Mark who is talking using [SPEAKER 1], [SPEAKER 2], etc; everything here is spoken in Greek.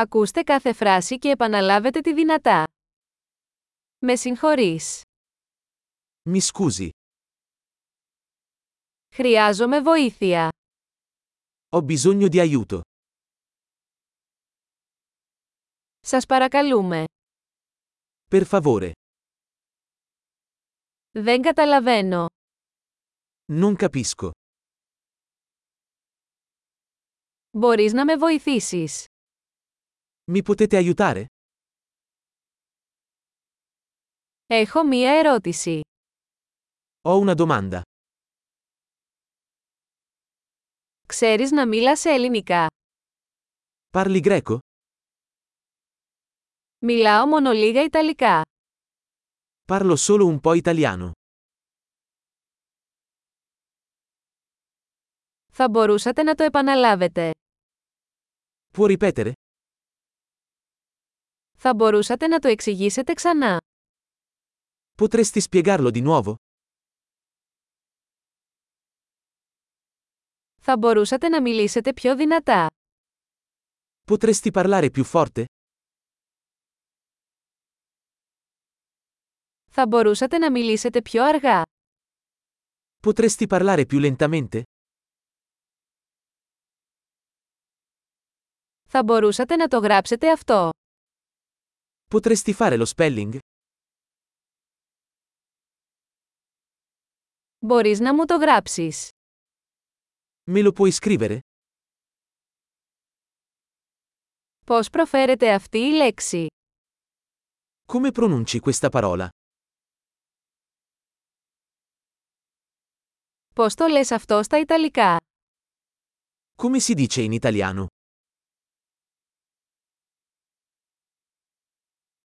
[SPEAKER 1] Ακούστε κάθε φράση και επαναλάβετε τη δυνατά. Με συγχωρείς.
[SPEAKER 2] Mi scusi,
[SPEAKER 1] Χρειάζομαι βοήθεια.
[SPEAKER 2] ho bisogno di aiuto.
[SPEAKER 1] Σας παρακαλούμε.
[SPEAKER 2] Per favore,
[SPEAKER 1] Δεν καταλαβαίνω.
[SPEAKER 2] non capisco.
[SPEAKER 1] Μπορείς να με βοηθήσεις.
[SPEAKER 2] Mi potete aiutare?
[SPEAKER 1] Έχω μία ερώτηση.
[SPEAKER 2] Ho una domanda.
[SPEAKER 1] Ξέρεις να μίλας ελληνικά.
[SPEAKER 2] Parli greco?
[SPEAKER 1] Μιλάω μόνο λίγα Ιταλικά.
[SPEAKER 2] Parlo solo un po' italiano.
[SPEAKER 1] Θα μπορούσατε να το επαναλάβετε.
[SPEAKER 2] Può ripetere?
[SPEAKER 1] Θα μπορούσατε να το εξηγήσετε ξανά.
[SPEAKER 2] Potresti spiegarlo di nuovo?
[SPEAKER 1] Θα μπορούσατε να μιλήσετε πιο δυνατά.
[SPEAKER 2] Potresti parlare più forte?
[SPEAKER 1] Θα μπορούσατε να μιλήσετε πιο αργά.
[SPEAKER 2] Potresti parlare più lentamente?
[SPEAKER 1] Θα μπορούσατε να το γράψετε αυτό.
[SPEAKER 2] Potresti fare lo spelling?
[SPEAKER 1] Μπορείς να μου το γράψεις.
[SPEAKER 2] Me lo puoi scrivere?
[SPEAKER 1] Πώς προφέρεται αυτή η λέξη.
[SPEAKER 2] Come pronunci questa parola?
[SPEAKER 1] Πώς το λες αυτό στα Ιταλικά.
[SPEAKER 2] Come si dice in italiano?